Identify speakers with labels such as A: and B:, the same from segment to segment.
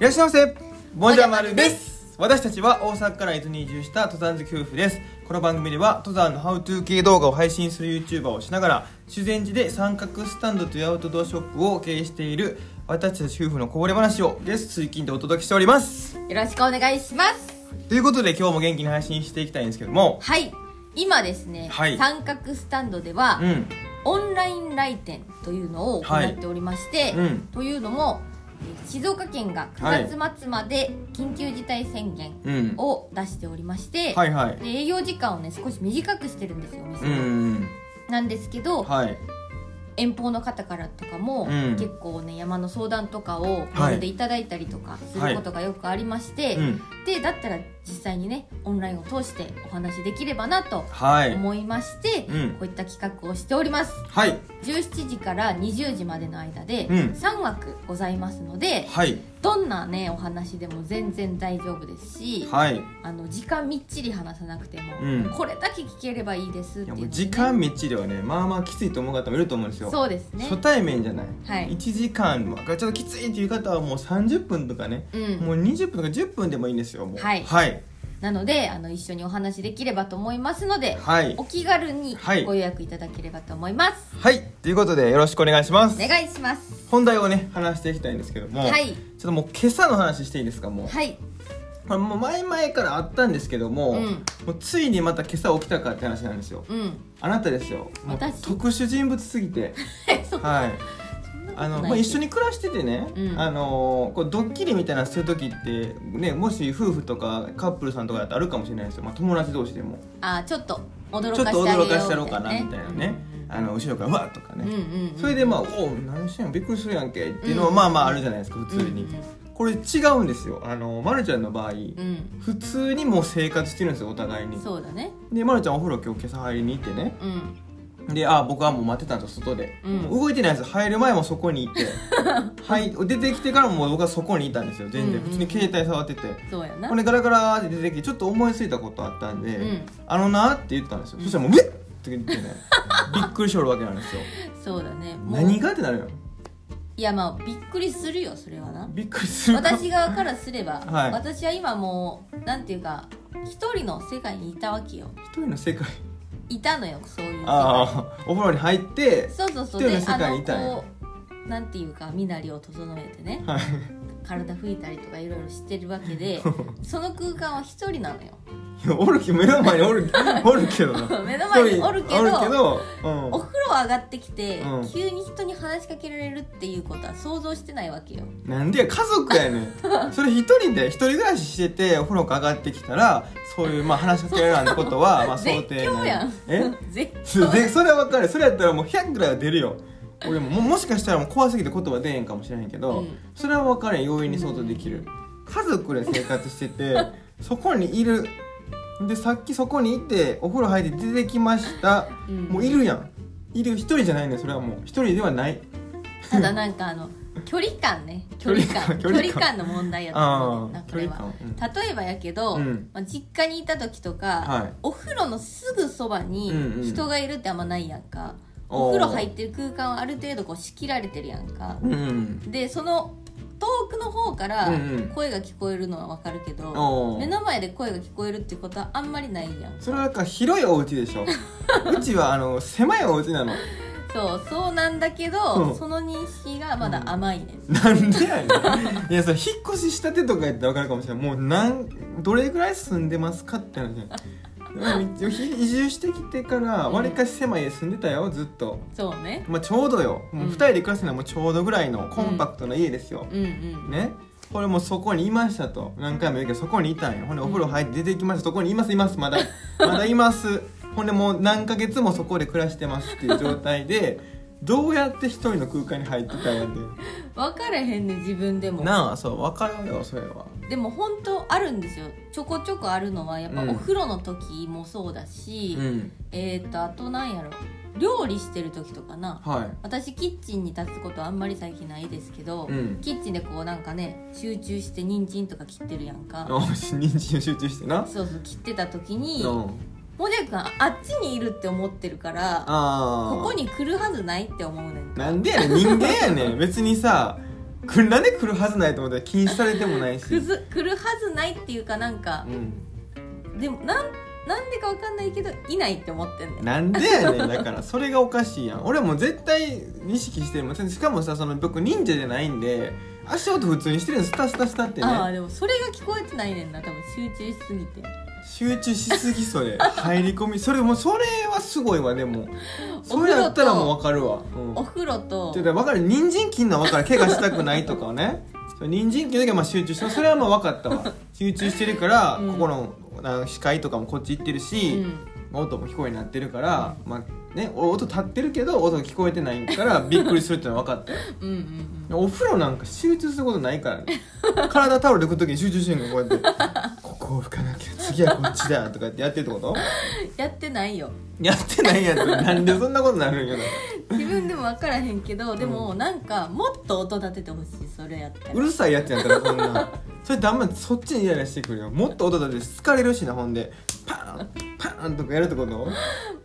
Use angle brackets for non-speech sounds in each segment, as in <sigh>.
A: らっしゃいませもじゃま
B: もじゃま
A: る
B: る
A: で
B: です
A: 私たちは大阪から伊豆に移住した登山好き夫婦ですこの番組では登山のハウトゥー系動画を配信する YouTuber をしながら修善寺で三角スタンドというアウトドアショップを経営している私たち夫婦のこぼれ話をゲスト水金でお届けしております
B: よろしくお願いします
A: ということで今日も元気に配信していきたいんですけども
B: はい今ですね、
A: はい
B: 三角スタンドでは、
A: うん
B: オンライン来店というのを行っておりまして、
A: はいうん
B: というのもえー静岡県が9月末まで緊急事態宣言
A: うん
B: を出しておりまして、
A: はいはい
B: で営業時間をね少し短くしてるんですよお店
A: う
B: の、
A: ん
B: なんですけど、
A: はい
B: 遠方の方からとかも、
A: うん
B: 結構ね山の相談とかを
A: はい
B: メールでいただいたりとかすることがよくありまして、
A: うん
B: でだったら実際にねオンラインを通してお話しできればなと
A: はい
B: 思いまして、
A: うん
B: こういった企画をしております
A: はい
B: 17時から20時までの間で
A: うん
B: 3枠ございますので、
A: はい
B: どんなねお話でも全然大丈夫ですし、
A: はい
B: あの時間みっちり話さなくても、
A: うん
B: これだけ聞ければいいですっ
A: い
B: てい
A: や
B: う
A: も
B: ので
A: う
B: ね
A: 時間みっちりはねまあまあきついと思う方もいると思うんですよ
B: そうですね
A: 初対面じゃない、
B: は
A: 1
B: い
A: 時間はちょっときついっていう方はもう30分とかね、
B: うん
A: もう20分とか10分でもいいんですよもう
B: はい
A: はい
B: なのであの一緒にお話できればと思いますので、
A: はい
B: お気軽に
A: はい
B: ご予約いただければと思います、
A: はいということでよろしくお願いします
B: お願いします
A: 本題をね話していきたいんですけども、
B: はい
A: ちょっともう今朝の話していいですかもう、
B: はい
A: これもう前々からあったんですけども,、
B: うん
A: もうついにまた今朝起きたかって話なんですよ
B: うん <laughs>
A: あなたですよもう
B: 私
A: 特殊人物すぎて
B: そんな
A: はい
B: こと
A: あの
B: ない
A: まあ、一緒に暮らしててね、
B: うん
A: あのこうドッキリみたいなのする時って、ね、もし夫婦とかカップルさんとかだとあるかもしれないですよ、まあ、友達同士でも
B: あーちょっと驚か
A: ちょっと
B: してあげよう
A: 驚かしてやろうかなみたいなね、あの後ろから「わっ!」とか
B: うんうん
A: ね、
B: うん
A: それでまあ「おお何してんのびっくりするやんけ」っていうのは、
B: うん
A: まあまああるじゃないですか普通に、
B: うんうん
A: これ違うんですよあの、ま、るちゃんの場合、
B: うん
A: 普通にもう生活してるんですよお互いに
B: そうだね
A: で、ま、るちゃんお風呂今日今朝入りに行ってね、
B: うん
A: であ僕はもう待ってたんです外で、
B: うん
A: 動いてないんです入る前もそこにい
B: <laughs>
A: てはい出てきてからも僕はそこにいたんですよ全
B: うんう
A: 然
B: ん
A: 普通に携帯触ってて、
B: そうやな
A: ほんでガラガラって出てきてちょっと思いついたことあったんで「
B: うん
A: あのな」って言ったんですよ、そしたらもう「うっ!」って言ってね
B: <laughs>
A: びっくりしおるわけなんですよ
B: そうだねもう
A: 何がってなるよ
B: いやまあびっくりするよそれはな
A: びっくりするか
B: 私側からすれば、
A: <laughs> はい
B: 私は今もうなんていうか一人の世界にいたわけよ
A: 一人の世
B: <laughs>
A: 界
B: いたのよそういう世界
A: ああお風呂に入って
B: そうそうそう
A: 一
B: で
A: 人の世界にいたんや
B: あのこうなんていうか身なりを整えてね
A: はい
B: 体拭いたりとかいろいろしてるわ
A: <laughs>
B: けでその空間は一人なのよ
A: いやおるけ目の前におるおるけどな
B: <laughs> 目の前
A: 一
B: に
A: 人
B: おるけど
A: うん
B: お風呂上がってきて、
A: うん
B: 急に人に話しかけられるっていうことは想像してないわけよ
A: なんでや家族やね
B: <laughs>
A: んそれ一人で一人暮らししててお風呂が上がってきたらそういうまあ話しかけられるなんてこと
B: <laughs>
A: はまあ想
B: 絶
A: 定
B: 叫
A: 内
B: やん
A: え
B: <laughs> 絶
A: <laughs> そでそれは分かるそれやったらもう100ぐらいは出るよ俺もももしかしたらもう怖すぎて言葉出えへんかもしれへんけど、
B: うん
A: それは分かる容易に想像できる、家族で生活してて <laughs> そこにいるでさっきそこにいてお風呂入って出てきました、
B: うん
A: もういるやんいる一人じゃないねそれはもう一人ではない
B: ただなんかあの距離感ね距離感
A: 距
B: 距
A: 離
B: 離
A: 感
B: 感の問題やと思うね
A: あー
B: なんかこれ
A: 距
B: は
A: 離
B: 例えばやけど、
A: うん
B: まあ、実家にいた時とか、
A: はい
B: お風呂のすぐそばに
A: うんうん
B: 人がいるってあんまないやんか、
A: おー
B: お風呂入ってる空間はある程度こう仕切られてるやんか、
A: うん
B: でその遠くの方から
A: うんうん
B: 声が聞こえるのはわかるけど、
A: おー
B: 目の前で声が聞こえるってことはあんまりないやん
A: それはなんか広いお家でしょうちはあの狭いお家なの
B: そうそうなんだけど、
A: うん
B: その認識がまだ甘いね、
A: なんでやねんいやそれ引っ越ししたてとかやったら分かるかもしれないもうなんどれぐらい住んでますかって話うんひ移住してきてからわりかし狭い家住んでたよずっと、
B: そうね
A: まあ、ちょうどよもう
B: うん
A: 2人で暮らすのはもうちょうどぐらいのコンパクトな家ですよ、
B: うんうん
A: ねこれもうそこにいましたと何回も言うけどそこにいたんよほんでお風呂入って出てきましたそこにいますいます <laughs> まだまだいますほんでもう何ヶ月もそこで暮らしてます <laughs> っていう状態でどうやって一人の空間に入ってたんやって
B: 分からへんね自分でも
A: なあそう分かるよそれは
B: でも本当あるんですよちょこちょこあるのはやっぱ
A: うん
B: お風呂の時もそうだし、
A: うん
B: えー、とあとなんやろ料理してる時とかな
A: は
B: 私キッチンに立つことあんまり最近ないですけど、
A: うん
B: キッチンでこうなんかね集中して人参とか切ってるやんか
A: いよし認知を集中してな
B: そうそう切ってた時に
A: うん
B: もじゃくんあっちにいるって思ってるから
A: ああ
B: ここに来るはずないって思うねん
A: なんでやねん人間やねん別にさくなんで来るはずないと思ったら禁止されてもないし、
B: くず来るはずないっていうかなんか
A: う、ん、
B: でもなんなんでかわかんないけどいないって思ってんねん
A: なんでやねんだからそれがおかしいやん俺もう絶対意識してるもんしかもさその僕忍者じゃないんで足音普通にしてるのスタスタスタってね
B: ああでもそれが聞こえてないねんな多分集中しすぎて
A: 集中しすぎそれ入り込みそれもうそれはすごいわでもそれやったらもう分かるわ、うん、
B: お風呂と
A: ちょっと分かる人参切んの分かる怪我したくないとかはねそう人参切るだけはまあ集中してそれはまあ分かったわ集中してるから、
B: うん
A: ここのあの視界とかもこっち行ってる
B: う
A: し、
B: ん
A: まあ音も聞こえになってるから、まあね、お音立ってるけど音聞こえてないからびっくりするってのは分かった
B: うんうん
A: お風呂なんか集中することないから
B: <laughs>
A: ね体タオルで拭く時に集中してんのこうやって「ここを拭かなきゃ次はこっちだ」とかってやってるってこと
B: うんやってないよ
A: やってないやつなんでそんなことなるんよ
B: 自分でも分からへんけどでもなんかもっと音立ててほしいそれやった
A: う
B: ら
A: るさいやつやったらそんなそれだんまそっちにイライラしてくるよもっと音立てて疲れるしなほんでパーンパーンとかやるってこと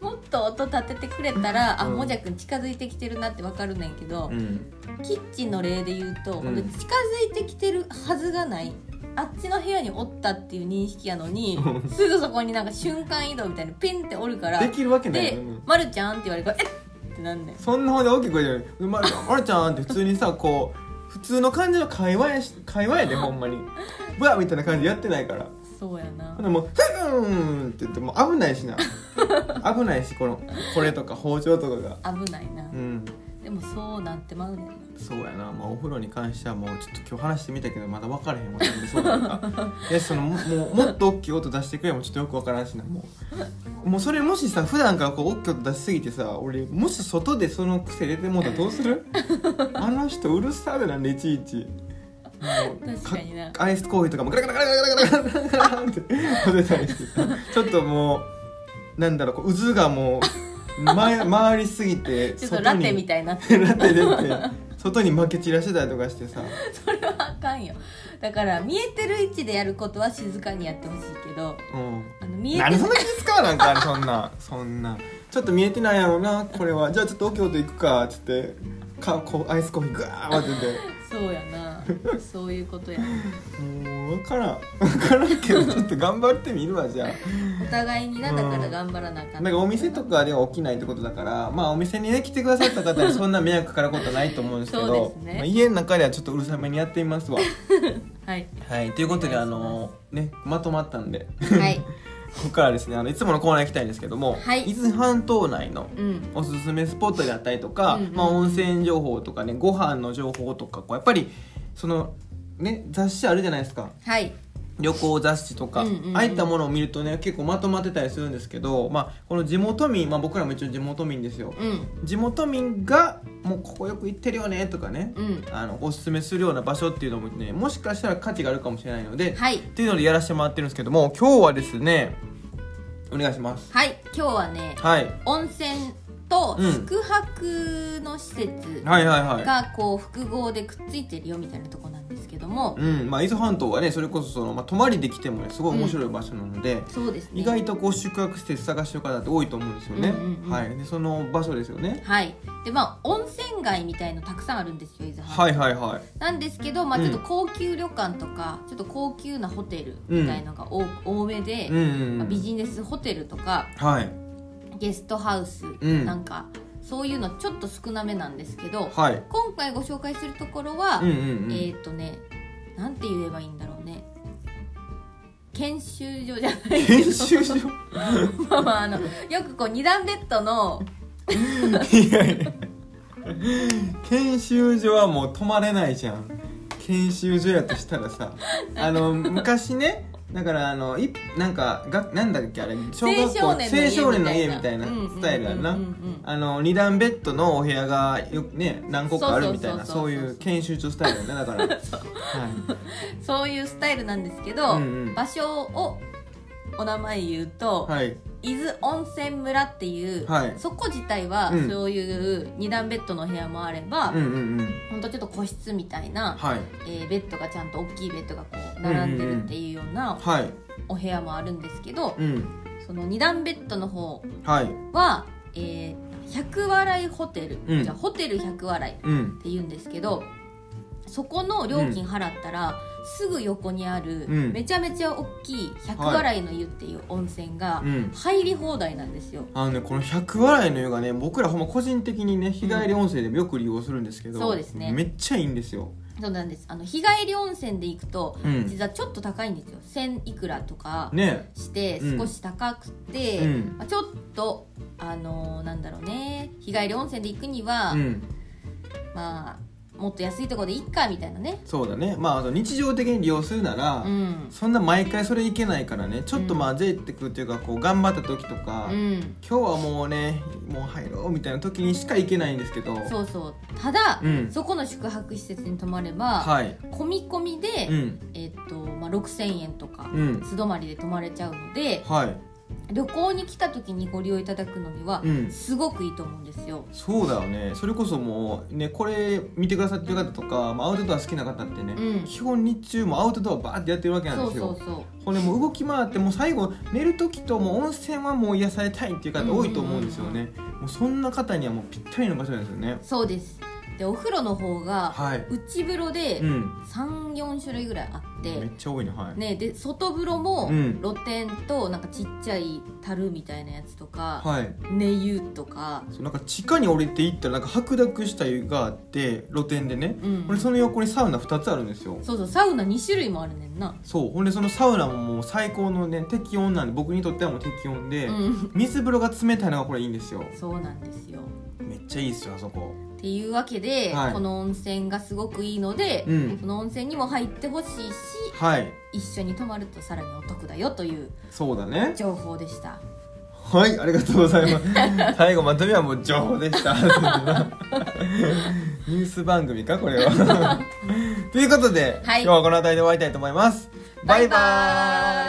B: もっと音立ててくれたらあ
A: うん
B: もじゃくん近づいてきてるなって分かるねんけど
A: うん
B: キッチンの例で言うと、
A: ん
B: ほんで近づいてきてるはずがないあっちの部屋におったっていう認識やのにすぐそこになんか瞬間移動みたいなピンっておるから
A: できるわけない
B: で
A: よね
B: 「ま、るちゃん」って言われるから「えっ!」ってなんねん
A: そんなほんで大きく声で「うまるまるちゃん」って普通にさこう普通の感じの会話やし会話やでほんまにブワみたいな感じでやってないから
B: そうやな
A: ほんでもう「ふーん」って言ってもう危ないしな危ないしこのこれとか包丁とかが
B: 危ないな、
A: うん
B: でもそうなってまうねんな
A: そうやな、まあ、お風呂に関してはもうちょっと今日話してみたけどまだ分からへんもんねそうなん
B: <laughs>
A: かいやそのももうもっと大きい音出してくれもちょっとよく分からんしなもうもうそれもしさ普段からこう大きい音出しすぎてさ俺もし外でその癖出てもうたらどうす
B: <laughs>
A: るあの人うるさいなんでいちいち。もう
B: 確かにな
A: アイスコーヒーとかもガラガラガラガラガラガラガラガラって混ぜたりしてさちょっともうなんだろうこう渦がもう、ま、回りすぎて
B: <laughs> ちょっとラテみ
A: い
B: たいになって
A: ってなって出て外に負け散らしてたりとかしてさ
B: それはあかんよだから見えてる位置でやることは静かにやってほしいけど
A: うん
B: あの見えて
A: 何そんな気使わなんかあれそんなそんなちょっと見えてないやろうなこれはじゃあちょっと東京都行くかっつってかこうアイスコーヒーグワー混ぜ
B: そうやなそういうことや
A: てもう分からん分からんけどちょっと頑張ってみるわじゃあ
B: お互いにな
A: うん
B: だから頑張らなあか
A: なんんかお店とかでは起きないってことだからまあお店にね来てくださった方にそんな迷惑かかることはないと思うんですけ
B: そう
A: ど
B: ですね
A: まあ、家の中ではちょっとうるさめにやってみますわ
B: はい
A: はいということであのねまとまったんで
B: はい
A: ここからはですねあのいつものコーナー行きたいんですけども、
B: はい
A: 伊豆半島内の
B: うん
A: おすすめスポットであったりとか、
B: うんうん
A: まあ、温泉情報とかねご飯の情報とかこうやっぱりそのね雑誌あるじゃないですか
B: はい
A: 旅行雑誌とか、
B: うんうんうん
A: ああいったものを見るとね結構まとまってたりするんですけど、まあ、この地元民、まあ、僕らも一応地元民ですよ
B: うん
A: 地元民がもうここよく行ってるよねとかね、
B: うん
A: あのおすすめするような場所っていうのもねもしかしたら価値があるかもしれないので、
B: はい
A: っていうのでやらせてもらってるんですけども今日はですねお願いします
B: はい今日はね
A: はい
B: 温泉と
A: うん
B: 宿泊の施設
A: はいはいはい
B: がこう複合でくっついてるよみたいなとこなんですけども
A: うんまあ伊豆半島はねそれこそその、まあ、泊まりで来てもねすごい面白い場所なので、
B: そうですね
A: 意外とこう宿泊施設探してる方って多いと思うんですよね、
B: うんうんうん
A: はいでその場所ですよね
B: はいでまあ温泉街みたいのたくさんあるんですよ伊豆半島
A: はいはいはい
B: なんですけど、まあ、
A: うん
B: ちょっと高級旅館とか、ちょっと高級なホテルみたいのが多,、多めで、
A: うんうん、う
B: まあ、ビ
A: ん、
B: ジネスホテルとか
A: はい
B: ゲストハウス、
A: ん
B: なんかそういうのちょっと少なめなんですけど、
A: はい
B: 今回ご紹介するところは、
A: うんうんうん、
B: えーっ、とねなんて言えばいいんだろうね研修所じゃないけど
A: 研修所
B: <laughs> まあまああのよくこう二段ベッドの
A: いやいや研修所はもう泊まれないじゃん研修所やとしたらさあの昔ねだからあのいなんかがなんだっけあれ小学
B: 青
A: 校
B: 少年の家
A: 青少年の家み
B: みた
A: た
B: い
A: い
B: な
A: な
B: うん
A: スタイルやんな、
B: うんうんうんうん
A: あの二段ベッドのお部屋がよくね何個かあるみたいな
B: そ
A: そうう
B: そうそうそうそう
A: いう研修所スタイルやねだから、
B: <laughs>
A: はい、
B: そういうスタイルなんですけど、
A: うんうん
B: 場所をお名前言うと、
A: はい
B: 伊豆温泉村っていう、
A: はい
B: そこ自体は
A: うん
B: そういう二段ベッドの部屋もあれば、
A: うんうんうん
B: ほんとちょっと個室みたいな、
A: はい
B: えーベッドがちゃんと大きいベッドがこう並んでるっていうような
A: はい
B: お部屋もあるんですけど、
A: うん
B: その二段ベッドの方
A: はい
B: は、えー、100笑いホテル、
A: うん
B: じゃあホテル100笑いっ
A: うん
B: て言うんですけどそこの料金払ったら、すぐ横にある、
A: うん
B: めちゃめちゃ大きい百笑いの湯っていう温泉が
A: うん
B: 入り放題なんですよ、
A: あのねこの百笑いの湯がね僕らほんま個人的にね日帰り温泉でもよく利用するんですけど、
B: うんそうですね
A: めっちゃいいんですよ
B: そうなんですあの日帰り温泉で行くと、
A: うん
B: 実はちょっと高いんですよ1000いくらとか
A: ね
B: して
A: うん
B: 少し高くて、
A: うん
B: まあ、ちょっとあのーなんだろうね日帰り温泉で行くには、
A: うん
B: まあもっと安いところでいっかみたいなね
A: そうだねまああと日常的に利用するなら、
B: うん
A: そんな毎回それいけないからねちょっと
B: うん
A: まあぜいってくるというかこう頑張った時とか、
B: うん
A: 今日はもうねもう入ろうみたいな時にしか行けないんですけど
B: そうそうただ、
A: うん
B: そこの宿泊施設に泊まれば、
A: はい
B: 込み込みで、
A: うん
B: えっとまあ、6000円とか、
A: うん
B: 素泊まりで泊まれちゃうので
A: はい
B: 旅行に来た時にご利用いただくのには、
A: うん
B: すごくいいと思うんですよ。
A: そうだよねそれこそもうねこれ見てくださってる方とか、まあ、アウトドア好きな方ってね、
B: うん
A: 基本日中もアウトドアバーってやってるわけなん
B: そ
A: で
B: う
A: すよ
B: そうそう
A: これもう動き回ってもう最後寝る時ともう温泉はもう癒されたいっていう方多いと思うんですよね、もうそんな方にはもうぴったりの場所なんですよね
B: そうですでお風呂の方が、
A: はい
B: 内風呂で
A: うん
B: 34種類ぐらいあっ
A: め
B: て
A: っ、ちゃ多いねはい、
B: ね、で外風呂も
A: うん
B: 露天となんかちっちゃい樽みたいなやつとか、
A: はい
B: 寝湯とか、
A: そうなんか地下に降りていったらなんか白濁した湯があって露天でね、
B: うん
A: これその横にサウナ2つあるんですよ
B: そうそうサウナ2種類もあるねんな。
A: そうほんでそのサウナももう最高のね適温なんで僕にとってはもう適温で、
B: うん、
A: 水風呂が冷たいのがこれいいんですよ
B: そうなんですよ
A: めっちゃいいですよあそこ
B: っていうわけで、
A: はい
B: この温泉がすごくいいので、
A: うん
B: この温泉にも入ってほしいし
A: はい
B: 一緒に泊まるとさらにお得だよという
A: そうだね
B: 情報でした
A: はいありがとうございます
B: <laughs>
A: 最後まとめはもう情報でしたニュース番組かこれ
B: <laughs>
A: はということで、
B: はい
A: 今日はこの辺りで終わりたいと思いますバイバ
B: バイバーイ